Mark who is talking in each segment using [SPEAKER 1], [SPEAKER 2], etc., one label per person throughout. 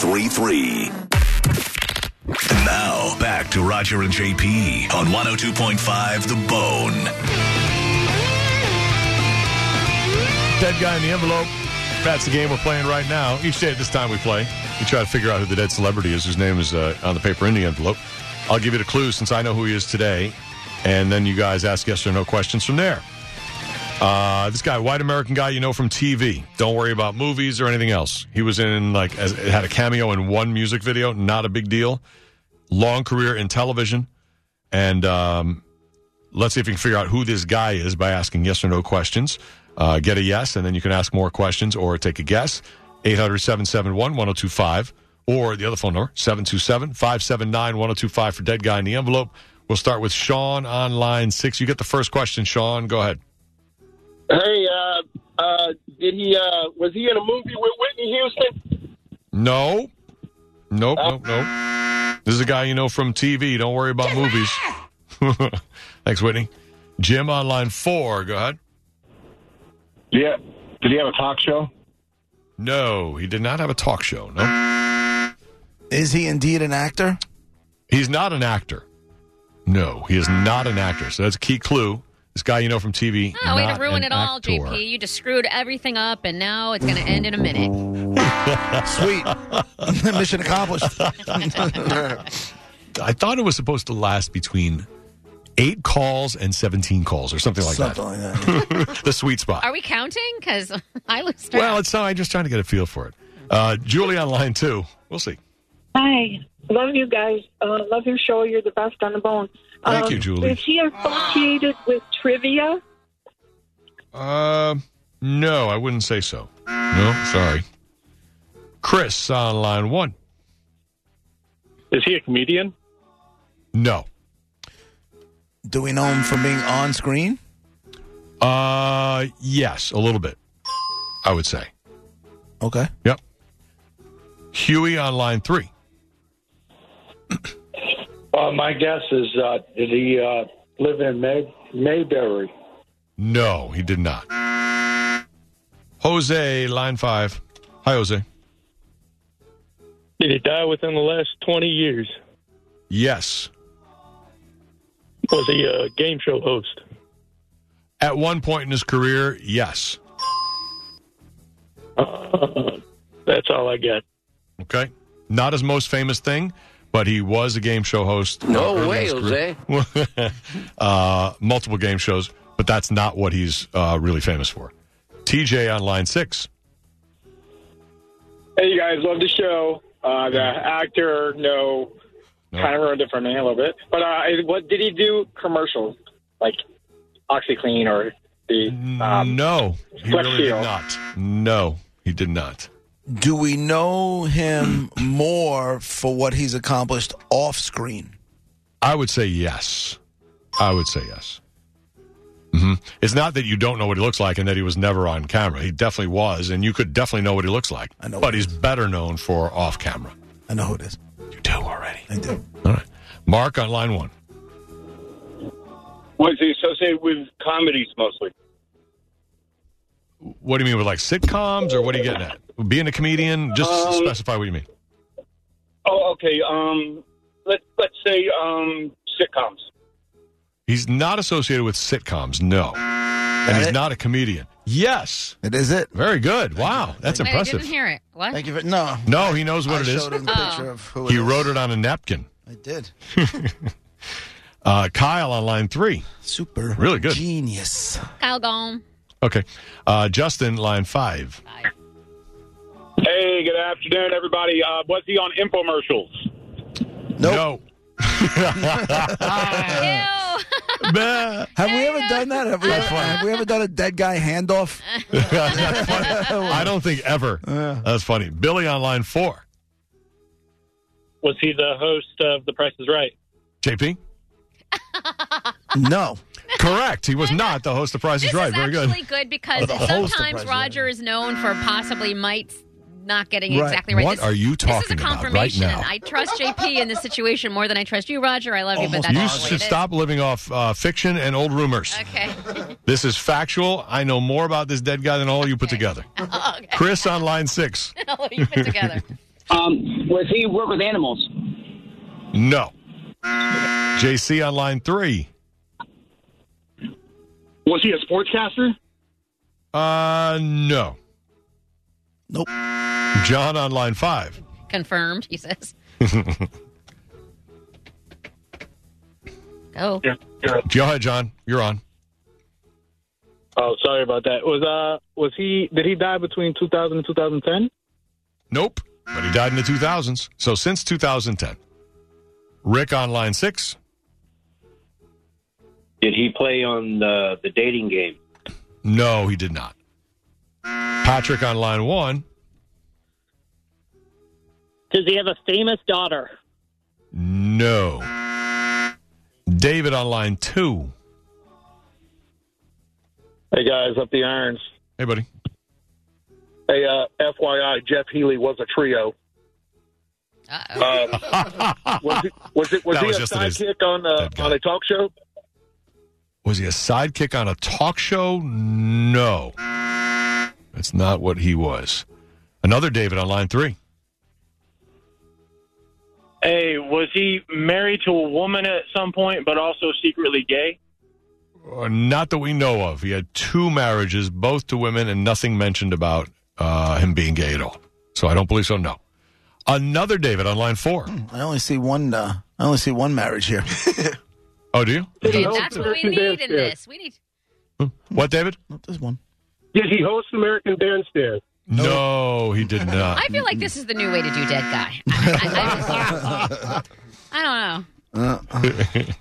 [SPEAKER 1] 733. Now, back to Roger and JP on 102.5 The Bone.
[SPEAKER 2] Dead guy in the envelope. That's the game we're playing right now. Each day at this time we play, we try to figure out who the dead celebrity is whose name is uh, on the paper in the envelope. I'll give you the clue since I know who he is today, and then you guys ask yes or no questions from there. Uh, this guy, white American guy, you know from TV. Don't worry about movies or anything else. He was in like as, had a cameo in one music video. Not a big deal. Long career in television, and um, let's see if you can figure out who this guy is by asking yes or no questions. Uh, get a yes, and then you can ask more questions or take a guess. 800 771 1025 or the other phone number, 727 579 1025 for Dead Guy in the Envelope. We'll start with Sean on line six. You get the first question, Sean. Go ahead.
[SPEAKER 3] Hey, uh, uh, did he, uh, was he in a movie with Whitney Houston?
[SPEAKER 2] No. Nope, nope, nope. This is a guy you know from TV. Don't worry about movies. Thanks, Whitney. Jim on line four. Go ahead.
[SPEAKER 4] Yeah. Did he have a talk show?
[SPEAKER 2] No, he did not have a talk show. No.
[SPEAKER 5] Is he indeed an actor?
[SPEAKER 2] He's not an actor. No, he is not an actor. So that's a key clue. This guy you know from TV.
[SPEAKER 6] Oh, way
[SPEAKER 2] not
[SPEAKER 6] to ruin
[SPEAKER 2] an
[SPEAKER 6] it all,
[SPEAKER 2] actor.
[SPEAKER 6] JP. You just screwed everything up, and now it's going to end in a minute.
[SPEAKER 5] Sweet. Mission accomplished.
[SPEAKER 2] I thought it was supposed to last between eight calls and 17 calls or something like
[SPEAKER 5] Something like that.
[SPEAKER 2] that. The sweet spot.
[SPEAKER 6] Are we counting? Because I lose track.
[SPEAKER 2] well, it's not. I'm just trying to get a feel for it. Uh, Julie on line two. We'll see.
[SPEAKER 7] Hi. Love you guys. Uh, love your show. You're the best on the bone.
[SPEAKER 2] Thank you, Julie.
[SPEAKER 7] Is he associated with trivia?
[SPEAKER 2] Uh, no, I wouldn't say so. No, sorry. Chris on line one.
[SPEAKER 4] Is he a comedian?
[SPEAKER 2] No.
[SPEAKER 5] Do we know him from being on screen?
[SPEAKER 2] Uh, yes, a little bit. I would say.
[SPEAKER 5] Okay.
[SPEAKER 2] Yep. Huey on line three.
[SPEAKER 8] Uh, my guess is uh, did he uh, live in May- Mayberry?
[SPEAKER 2] No, he did not. Jose, line five. Hi, Jose.
[SPEAKER 4] Did he die within the last 20 years?
[SPEAKER 2] Yes.
[SPEAKER 4] Was he a game show host?
[SPEAKER 2] At one point in his career, yes.
[SPEAKER 4] That's all I got.
[SPEAKER 2] Okay. Not his most famous thing, but he was a game show host.
[SPEAKER 9] No
[SPEAKER 2] early
[SPEAKER 9] way,
[SPEAKER 2] in his career. uh, multiple game shows, but that's not what he's uh, really famous for. TJ on line six.
[SPEAKER 3] Hey, you guys, love the show. Uh, the actor, no,
[SPEAKER 2] No.
[SPEAKER 3] kind of ruined it for me a little bit. But uh, what did he do commercials like OxyClean or the? Um,
[SPEAKER 2] no, he
[SPEAKER 3] Flex
[SPEAKER 2] really did
[SPEAKER 3] Seal.
[SPEAKER 2] not. No, he did not.
[SPEAKER 5] Do we know him more for what he's accomplished off screen?
[SPEAKER 2] I would say yes. I would say yes. hmm It's not that you don't know what he looks like and that he was never on camera. He definitely was, and you could definitely know what he looks like.
[SPEAKER 5] I know
[SPEAKER 2] but
[SPEAKER 5] he
[SPEAKER 2] he's better known for off camera.
[SPEAKER 5] I know who it is.
[SPEAKER 2] You do already.
[SPEAKER 5] I do.
[SPEAKER 2] All right. Mark on line one.
[SPEAKER 4] Was he associated with comedies mostly?
[SPEAKER 2] What do you mean with like sitcoms, or what are you getting at? Being a comedian, just
[SPEAKER 4] Um,
[SPEAKER 2] specify what you mean.
[SPEAKER 4] Oh, okay. Um, let, let's say um, sitcoms.
[SPEAKER 2] He's not associated with sitcoms, no. And he's
[SPEAKER 5] it?
[SPEAKER 2] not a comedian. Yes.
[SPEAKER 5] It is it.
[SPEAKER 2] Very good. Wow. That's
[SPEAKER 6] Wait, I
[SPEAKER 2] impressive.
[SPEAKER 6] didn't hear it. What?
[SPEAKER 5] Thank you for no.
[SPEAKER 2] No, he knows
[SPEAKER 5] I
[SPEAKER 2] what it is.
[SPEAKER 5] showed him the
[SPEAKER 6] Oh.
[SPEAKER 5] picture of who
[SPEAKER 2] He
[SPEAKER 5] is.
[SPEAKER 2] wrote it on a napkin.
[SPEAKER 5] I did.
[SPEAKER 2] Uh, Kyle on line three.
[SPEAKER 5] Super.
[SPEAKER 2] Really good.
[SPEAKER 5] Genius.
[SPEAKER 6] Kyle Gone.
[SPEAKER 2] Okay. Uh, Justin, line five.
[SPEAKER 4] Hey, good afternoon, everybody. Uh, was he on infomercials?
[SPEAKER 2] No.
[SPEAKER 6] Ew.
[SPEAKER 2] Bah.
[SPEAKER 5] Have we ever done that? Have we, ever, have we ever done a dead guy handoff?
[SPEAKER 6] Oh,
[SPEAKER 2] I don't think ever. That's funny. Billy on line four.
[SPEAKER 4] Was he the host of The Price is Right?
[SPEAKER 2] JP?
[SPEAKER 5] No.
[SPEAKER 2] Correct. He was not the host of Price
[SPEAKER 6] This
[SPEAKER 2] is Right.
[SPEAKER 6] is
[SPEAKER 2] Very
[SPEAKER 6] actually
[SPEAKER 2] good.
[SPEAKER 6] good, because
[SPEAKER 5] the host of
[SPEAKER 6] sometimes
[SPEAKER 5] Price
[SPEAKER 6] Roger is known for possibly might not getting
[SPEAKER 5] Right.
[SPEAKER 6] exactly right.
[SPEAKER 2] What
[SPEAKER 6] This-
[SPEAKER 2] are you
[SPEAKER 6] This is a
[SPEAKER 2] talking about right
[SPEAKER 6] confirmation.
[SPEAKER 2] now?
[SPEAKER 6] I trust JP in this situation more than I trust you, Roger. I love you, but that's
[SPEAKER 2] You
[SPEAKER 6] just the way
[SPEAKER 2] should
[SPEAKER 6] it is.
[SPEAKER 2] stop living off uh, fiction and old rumors.
[SPEAKER 6] Okay.
[SPEAKER 2] This is factual. I know more about this dead guy than all you put together.
[SPEAKER 6] Oh, okay.
[SPEAKER 2] Chris on line six.
[SPEAKER 6] What do you put together.
[SPEAKER 9] Um, was he work with animals?
[SPEAKER 2] No. JC on line three.
[SPEAKER 4] Was he a sportscaster?
[SPEAKER 2] Uh, no.
[SPEAKER 5] Nope.
[SPEAKER 2] John on line five.
[SPEAKER 6] Confirmed, he says.
[SPEAKER 2] Go
[SPEAKER 6] Go.
[SPEAKER 2] ahead, John. You're on.
[SPEAKER 4] Oh, sorry about that. Was uh, was he? Did he die between 2000 and 2010?
[SPEAKER 2] Nope. But he died in the 2000s. So since 2010. Rick on line six.
[SPEAKER 10] Did he play on the the dating game?
[SPEAKER 2] No, he did not. Patrick on line one.
[SPEAKER 9] Does he have a famous daughter?
[SPEAKER 2] No. David on line two.
[SPEAKER 4] Hey guys, up the irons.
[SPEAKER 2] Hey, buddy.
[SPEAKER 4] Hey, uh, FYI, Jeff Healy was a trio.
[SPEAKER 6] Uh-oh.
[SPEAKER 4] Uh, was he, was it was
[SPEAKER 2] That
[SPEAKER 4] he
[SPEAKER 2] was
[SPEAKER 4] a
[SPEAKER 2] yesterday's-
[SPEAKER 4] sidekick on uh,
[SPEAKER 2] that guy.
[SPEAKER 4] on a talk show?
[SPEAKER 2] Was he a sidekick on a talk show? No. That's not what he was. Another David on line three.
[SPEAKER 4] Hey, was he married to a woman at some point, but also secretly gay?
[SPEAKER 2] Uh, not that we know of. He had two marriages, both to women, and nothing mentioned about uh, him being gay at all. So I don't believe so, no. Another David on line four.
[SPEAKER 5] I only see one. Uh, I only see one marriage here.
[SPEAKER 2] Oh, do you?
[SPEAKER 6] Okay, that's what we need in this. We need.
[SPEAKER 2] What, David?
[SPEAKER 5] Nope, There's one.
[SPEAKER 4] Did he host American Dance Dance?
[SPEAKER 2] No, he did not.
[SPEAKER 6] I feel like this is the new way to do dead guy. I, I, I, just- I don't know.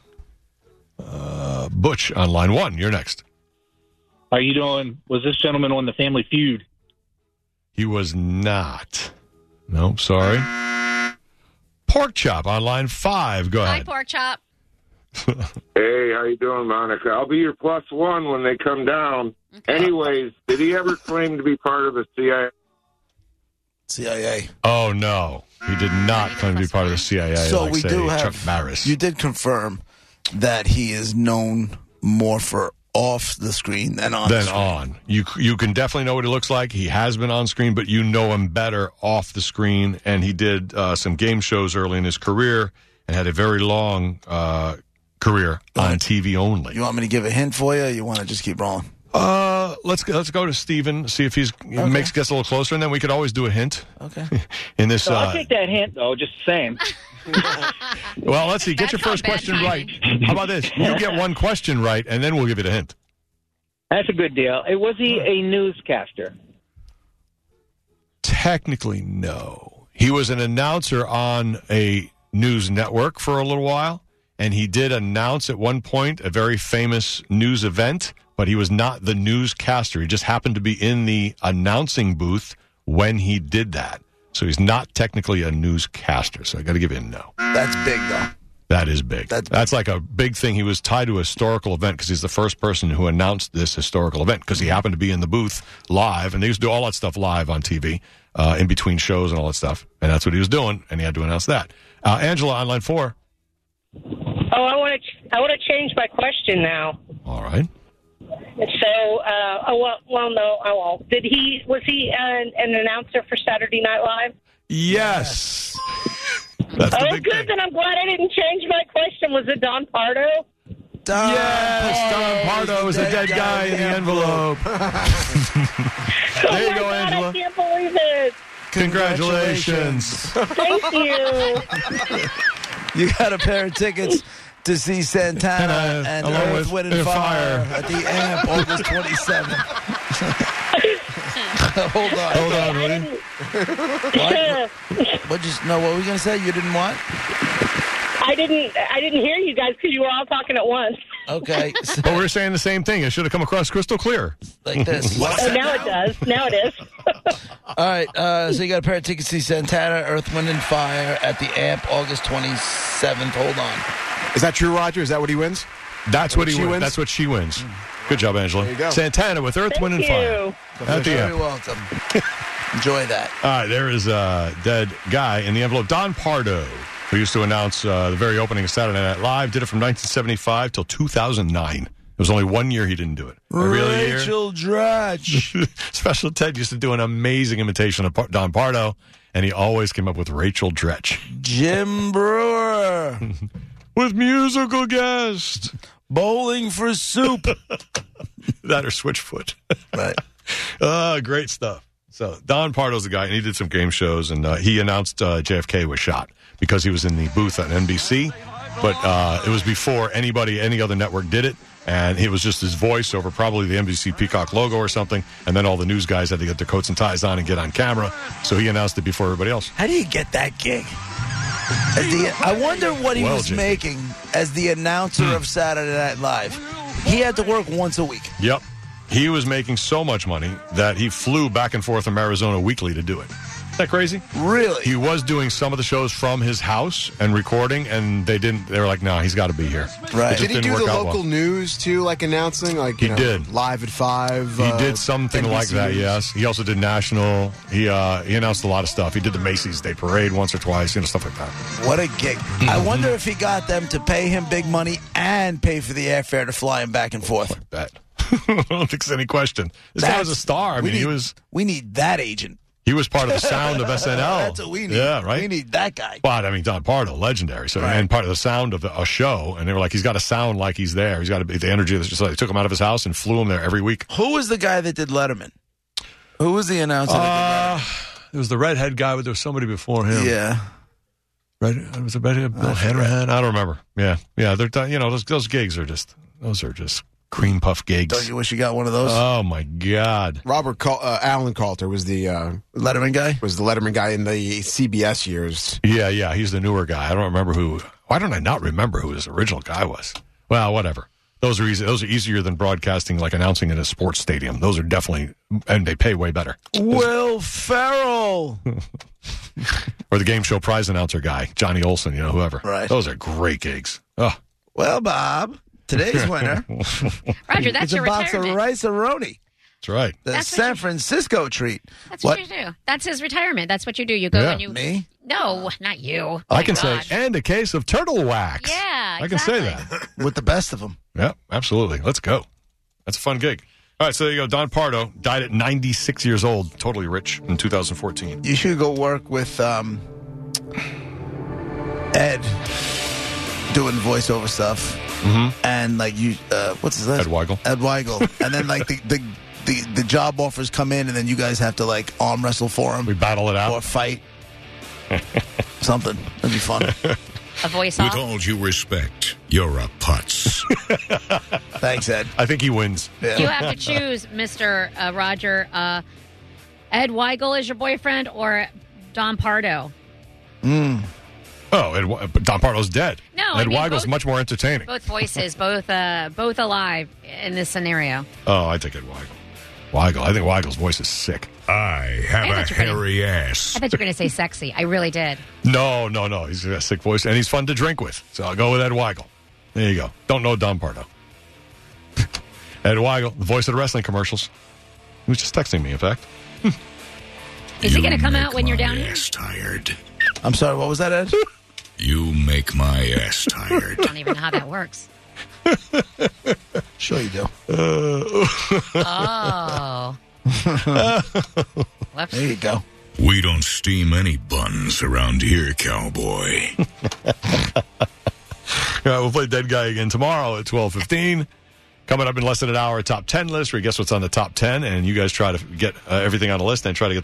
[SPEAKER 2] Uh, Butch on line one. You're next.
[SPEAKER 4] How you doing? Was this gentleman on the Family Feud?
[SPEAKER 2] He was not. No, sorry. Pork chop on line five. Go
[SPEAKER 6] Hi,
[SPEAKER 2] ahead.
[SPEAKER 6] pork chop.
[SPEAKER 11] Hey, how you doing, Monica? I'll be your plus one when they come down. Anyways, did he ever claim to be part of the CIA?
[SPEAKER 5] CIA.
[SPEAKER 2] Oh no, he did not claim to be part of the CIA.
[SPEAKER 5] so
[SPEAKER 2] like,
[SPEAKER 5] we
[SPEAKER 2] say,
[SPEAKER 5] do have.
[SPEAKER 2] Chuck Barris.
[SPEAKER 5] You did confirm that he is known more for off the screen than on. the
[SPEAKER 2] then
[SPEAKER 5] screen.
[SPEAKER 2] on. You you can definitely know what he looks like. He has been on screen, but you know him better off the screen. And he did uh, some game shows early in his career and had a very long uh, career on TV only.
[SPEAKER 5] You want me to give a hint for you? Or you want to just keep rolling?
[SPEAKER 2] Uh, let's go, let's go to Steven, see if he's makes gets a little closer, and then we could always do a hint
[SPEAKER 5] Okay.
[SPEAKER 2] in this.
[SPEAKER 9] So
[SPEAKER 2] Uh,
[SPEAKER 9] I'll take that hint, though, just saying.
[SPEAKER 2] well, let's see. Get
[SPEAKER 6] That's
[SPEAKER 2] your
[SPEAKER 6] not
[SPEAKER 2] first
[SPEAKER 6] bad
[SPEAKER 2] question
[SPEAKER 6] timing.
[SPEAKER 2] right. How about this? You get one question right, and then we'll give you the hint.
[SPEAKER 9] That's a good deal. Hey, was he a newscaster?
[SPEAKER 2] Technically, no. He was an announcer on a news network for a little while, and he did announce at one point a very famous news event, but he was not the newscaster. He just happened to be in the announcing booth when he did that. So he's not technically a newscaster. So I got to give you a no.
[SPEAKER 5] That's big though.
[SPEAKER 2] That is big.
[SPEAKER 5] That's-
[SPEAKER 2] like a big thing. He was tied to a historical event because he's the first person who announced this historical event because he happened to be in the booth live, and they used to do all that stuff live on TV uh, in between shows and all that stuff, and that's what he was doing, and he had to announce that. Uh, Angela on line four.
[SPEAKER 7] Oh, I want to. I want to change my question now.
[SPEAKER 2] All right.
[SPEAKER 7] So, uh, oh well, well, no, I won't. Did he? Was he an, an announcer for Saturday Night Live?
[SPEAKER 2] Yes. that's the
[SPEAKER 7] Oh,
[SPEAKER 2] big
[SPEAKER 7] good.
[SPEAKER 2] thing.
[SPEAKER 7] Then I'm glad I didn't change my question. Was it Don Pardo?
[SPEAKER 5] Don
[SPEAKER 2] Yes, Don Pardo is the dead guy in the envelope. There you
[SPEAKER 7] oh my
[SPEAKER 2] go,
[SPEAKER 7] God,
[SPEAKER 2] Angela.
[SPEAKER 7] I can't believe it.
[SPEAKER 2] Congratulations.
[SPEAKER 7] Thank you.
[SPEAKER 5] You got a pair of tickets to see Santana
[SPEAKER 2] And, uh,
[SPEAKER 5] and
[SPEAKER 2] along
[SPEAKER 5] Earth,
[SPEAKER 2] with
[SPEAKER 5] Wind, and
[SPEAKER 2] Air
[SPEAKER 5] Fire,
[SPEAKER 2] Fire.
[SPEAKER 5] at the AMP August 27th. Hold on.
[SPEAKER 2] Hold on, will you?
[SPEAKER 5] What? What just no? What were we gonna say? You didn't want?
[SPEAKER 7] I didn't. I didn't hear you guys because you were all talking at once.
[SPEAKER 5] Okay, so,
[SPEAKER 2] But we we're saying the same thing. It should have come across crystal clear.
[SPEAKER 5] like this.
[SPEAKER 7] Oh, now it does. Now it is.
[SPEAKER 5] All right. Uh, so you got a pair of tickets to see Santana, Earth, Wind, and Fire at the AMP August 27th. Hold on.
[SPEAKER 12] Is that true, Roger? Is that what he wins?
[SPEAKER 2] That's what he
[SPEAKER 12] She
[SPEAKER 2] wins.
[SPEAKER 12] wins? Hmm.
[SPEAKER 2] That's what she wins. Good job, Angela.
[SPEAKER 12] you go.
[SPEAKER 2] Santana with Earth, Wind, and
[SPEAKER 7] Thank
[SPEAKER 2] Fire.
[SPEAKER 7] you.
[SPEAKER 2] At the
[SPEAKER 5] You're
[SPEAKER 2] end.
[SPEAKER 5] very welcome. Enjoy that.
[SPEAKER 2] All right, there is a dead guy in the envelope. Don Pardo, who used to announce uh, the very opening of Saturday Night Live, did it from 1975 till 2009. It was only one year he didn't do it. Every other year-
[SPEAKER 5] Rachel Dratch.
[SPEAKER 2] Special Ted used to do an amazing imitation of Par- Don Pardo, and he always came up with Rachel Dretch.
[SPEAKER 5] Jim Brewer.
[SPEAKER 2] with musical guest.
[SPEAKER 5] Bowling for soup.
[SPEAKER 2] that or Switchfoot.
[SPEAKER 5] right.
[SPEAKER 2] Uh, great stuff. So Don Pardo's the guy, and he did some game shows, and uh, he announced uh, JFK was shot because he was in the booth on NBC. But uh, it was before anybody, any other network did it, and it was just his voice over probably the NBC Peacock logo or something, and then all the news guys had to get their coats and ties on and get on camera. So he announced it before everybody else.
[SPEAKER 5] How do you get that gig? At the- I wonder what he
[SPEAKER 2] Well,
[SPEAKER 5] was
[SPEAKER 2] JP.
[SPEAKER 5] making as the announcer of Saturday Night Live. He had to work once a week.
[SPEAKER 2] Yep. He was making so much money that he flew back and forth from Arizona weekly to do it. Is that crazy?
[SPEAKER 5] Really?
[SPEAKER 2] He was doing some of the shows from his house and recording, and they didn't. They were like, "No, he's got to be here." It just
[SPEAKER 12] Did he
[SPEAKER 2] didn't
[SPEAKER 12] do
[SPEAKER 2] work
[SPEAKER 12] the
[SPEAKER 2] out well.
[SPEAKER 12] local news too, like announcing? Like
[SPEAKER 2] He
[SPEAKER 12] you know,
[SPEAKER 2] did.
[SPEAKER 12] live at five.
[SPEAKER 2] He
[SPEAKER 12] uh,
[SPEAKER 2] did something like
[SPEAKER 12] NBC
[SPEAKER 2] that.
[SPEAKER 12] News.
[SPEAKER 2] Yes, he also did national. He uh, he announced a lot of stuff. He did the Macy's Day Parade once or twice, you know, stuff like that.
[SPEAKER 5] What a gig.
[SPEAKER 2] Mm-hmm.
[SPEAKER 5] I wonder if he got them to pay him big money and pay for the airfare to fly him back and forth.
[SPEAKER 2] That I don't think there's any question. This guy was a
[SPEAKER 5] That's-
[SPEAKER 2] star. I
[SPEAKER 5] we
[SPEAKER 2] mean, he
[SPEAKER 5] need-
[SPEAKER 2] was
[SPEAKER 5] We need that agent.
[SPEAKER 2] he was part of the sound of SNL.
[SPEAKER 5] That's what we need.
[SPEAKER 2] Yeah, right.
[SPEAKER 5] We need that guy.
[SPEAKER 2] But I mean, Don Pardo, legendary. So and part of the sound of a show, and they were like, he's got to sound like he's there. He's got to be the energy. That's just like they took him out of his house and flew him there every week.
[SPEAKER 5] Who was the guy that did Letterman? Who was the announcer?
[SPEAKER 2] Uh, it was the redhead guy, but there was somebody before
[SPEAKER 5] that
[SPEAKER 2] him.
[SPEAKER 5] did yeah.
[SPEAKER 2] Red, it was a redhead, Bill Hanrahan. I don't remember. Yeah, yeah. They're done- you know those those gigs are just those are just cream puff
[SPEAKER 5] Don't
[SPEAKER 2] gigs.
[SPEAKER 5] you wish you got one of those?
[SPEAKER 2] Oh my god.
[SPEAKER 12] Robert Cal- uh, Alan Coulter was the uh,
[SPEAKER 5] Letterman guy?
[SPEAKER 12] was the Letterman guy in the CBS years.
[SPEAKER 2] Yeah, yeah. He's the newer guy. I don't remember who. Why don't I not remember who his original guy was? Well, whatever. Those are easy. Those are easier than broadcasting, like announcing in a sports stadium. Those are definitely, and they pay way better.
[SPEAKER 5] Will Ferrell.
[SPEAKER 2] Or the game show prize announcer guy, Johnny Olson, you know, whoever.
[SPEAKER 5] Right.
[SPEAKER 2] Those are great gigs. Oh,
[SPEAKER 5] Well, Bob, today's winner.
[SPEAKER 6] Roger, that's
[SPEAKER 5] it's
[SPEAKER 6] your
[SPEAKER 5] a box
[SPEAKER 6] retirement.
[SPEAKER 5] of rice aroni,
[SPEAKER 2] that's right.
[SPEAKER 5] the
[SPEAKER 6] That's what
[SPEAKER 5] San Francisco treat.
[SPEAKER 6] That's what? you do. That's his retirement. That's what you do. You go
[SPEAKER 2] Yeah.
[SPEAKER 6] and you.
[SPEAKER 5] Me?
[SPEAKER 6] No, not you. Oh
[SPEAKER 2] I
[SPEAKER 6] my
[SPEAKER 2] can
[SPEAKER 6] gosh.
[SPEAKER 2] say, and a case of turtle wax.
[SPEAKER 6] Yeah,
[SPEAKER 2] I can say
[SPEAKER 6] exactly.
[SPEAKER 2] that.
[SPEAKER 5] With the best of them.
[SPEAKER 2] Yeah, absolutely. Let's go. That's a fun gig. All right, so there you go. Don Pardo died at 96 years old, totally rich in 2014.
[SPEAKER 5] You should go work with um, Ed doing voiceover stuff. Mm-hmm. And like you, uh, what's his
[SPEAKER 2] Ed
[SPEAKER 5] last?
[SPEAKER 2] Weigel.
[SPEAKER 5] Ed Weigel. and then like the, the, the, the job offers come in and then you guys have to like arm wrestle for
[SPEAKER 2] We
[SPEAKER 5] him
[SPEAKER 2] battle it
[SPEAKER 5] or
[SPEAKER 2] out.
[SPEAKER 5] fight. Something. That'd be fun.
[SPEAKER 6] A voice
[SPEAKER 1] With
[SPEAKER 6] off.
[SPEAKER 1] all due respect, you're a putz.
[SPEAKER 5] Thanks, Ed.
[SPEAKER 2] I think he wins.
[SPEAKER 6] You have to choose, Mister uh, Roger. Uh, Ed Weigel is your boyfriend or Don Pardo?
[SPEAKER 2] Oh, Ed, We- but Don Pardo's dead.
[SPEAKER 6] No, I
[SPEAKER 2] Ed
[SPEAKER 6] mean
[SPEAKER 2] Weigel's
[SPEAKER 6] both-
[SPEAKER 2] much more entertaining.
[SPEAKER 6] Both voices, both uh, both alive in this scenario.
[SPEAKER 2] Oh, I think Ed Weigel. Weigel. I think Weigel's voice is sick.
[SPEAKER 1] I have
[SPEAKER 6] I
[SPEAKER 1] a
[SPEAKER 6] thought you were gonna-
[SPEAKER 1] hairy
[SPEAKER 6] I
[SPEAKER 1] ass.
[SPEAKER 6] thought you were going to say sexy. I really did.
[SPEAKER 2] No, no, no. He's got a sick voice, and he's fun to drink with. So I'll go with Ed Weigel. There you go. Don't know Don Pardo. Ed Weigel, the voice of the wrestling commercials. He was just texting me, in fact.
[SPEAKER 6] Is
[SPEAKER 1] You
[SPEAKER 6] he going to come
[SPEAKER 1] make
[SPEAKER 6] out when you're
[SPEAKER 1] my
[SPEAKER 6] down here?
[SPEAKER 1] ass tired.
[SPEAKER 5] I'm sorry, what was that, Ed?
[SPEAKER 1] You make my ass tired.
[SPEAKER 6] I don't even know how that works.
[SPEAKER 5] Sure you do.
[SPEAKER 6] Oh. Whoops.
[SPEAKER 5] There you go.
[SPEAKER 1] we don't steam any buns around here, cowboy.
[SPEAKER 2] All right, we'll play Dead Guy again tomorrow at twelve fifteen. Coming up in less than an hour, a top ten list where you guess what's on the top ten, and you guys try to get uh, everything on the list and try to get the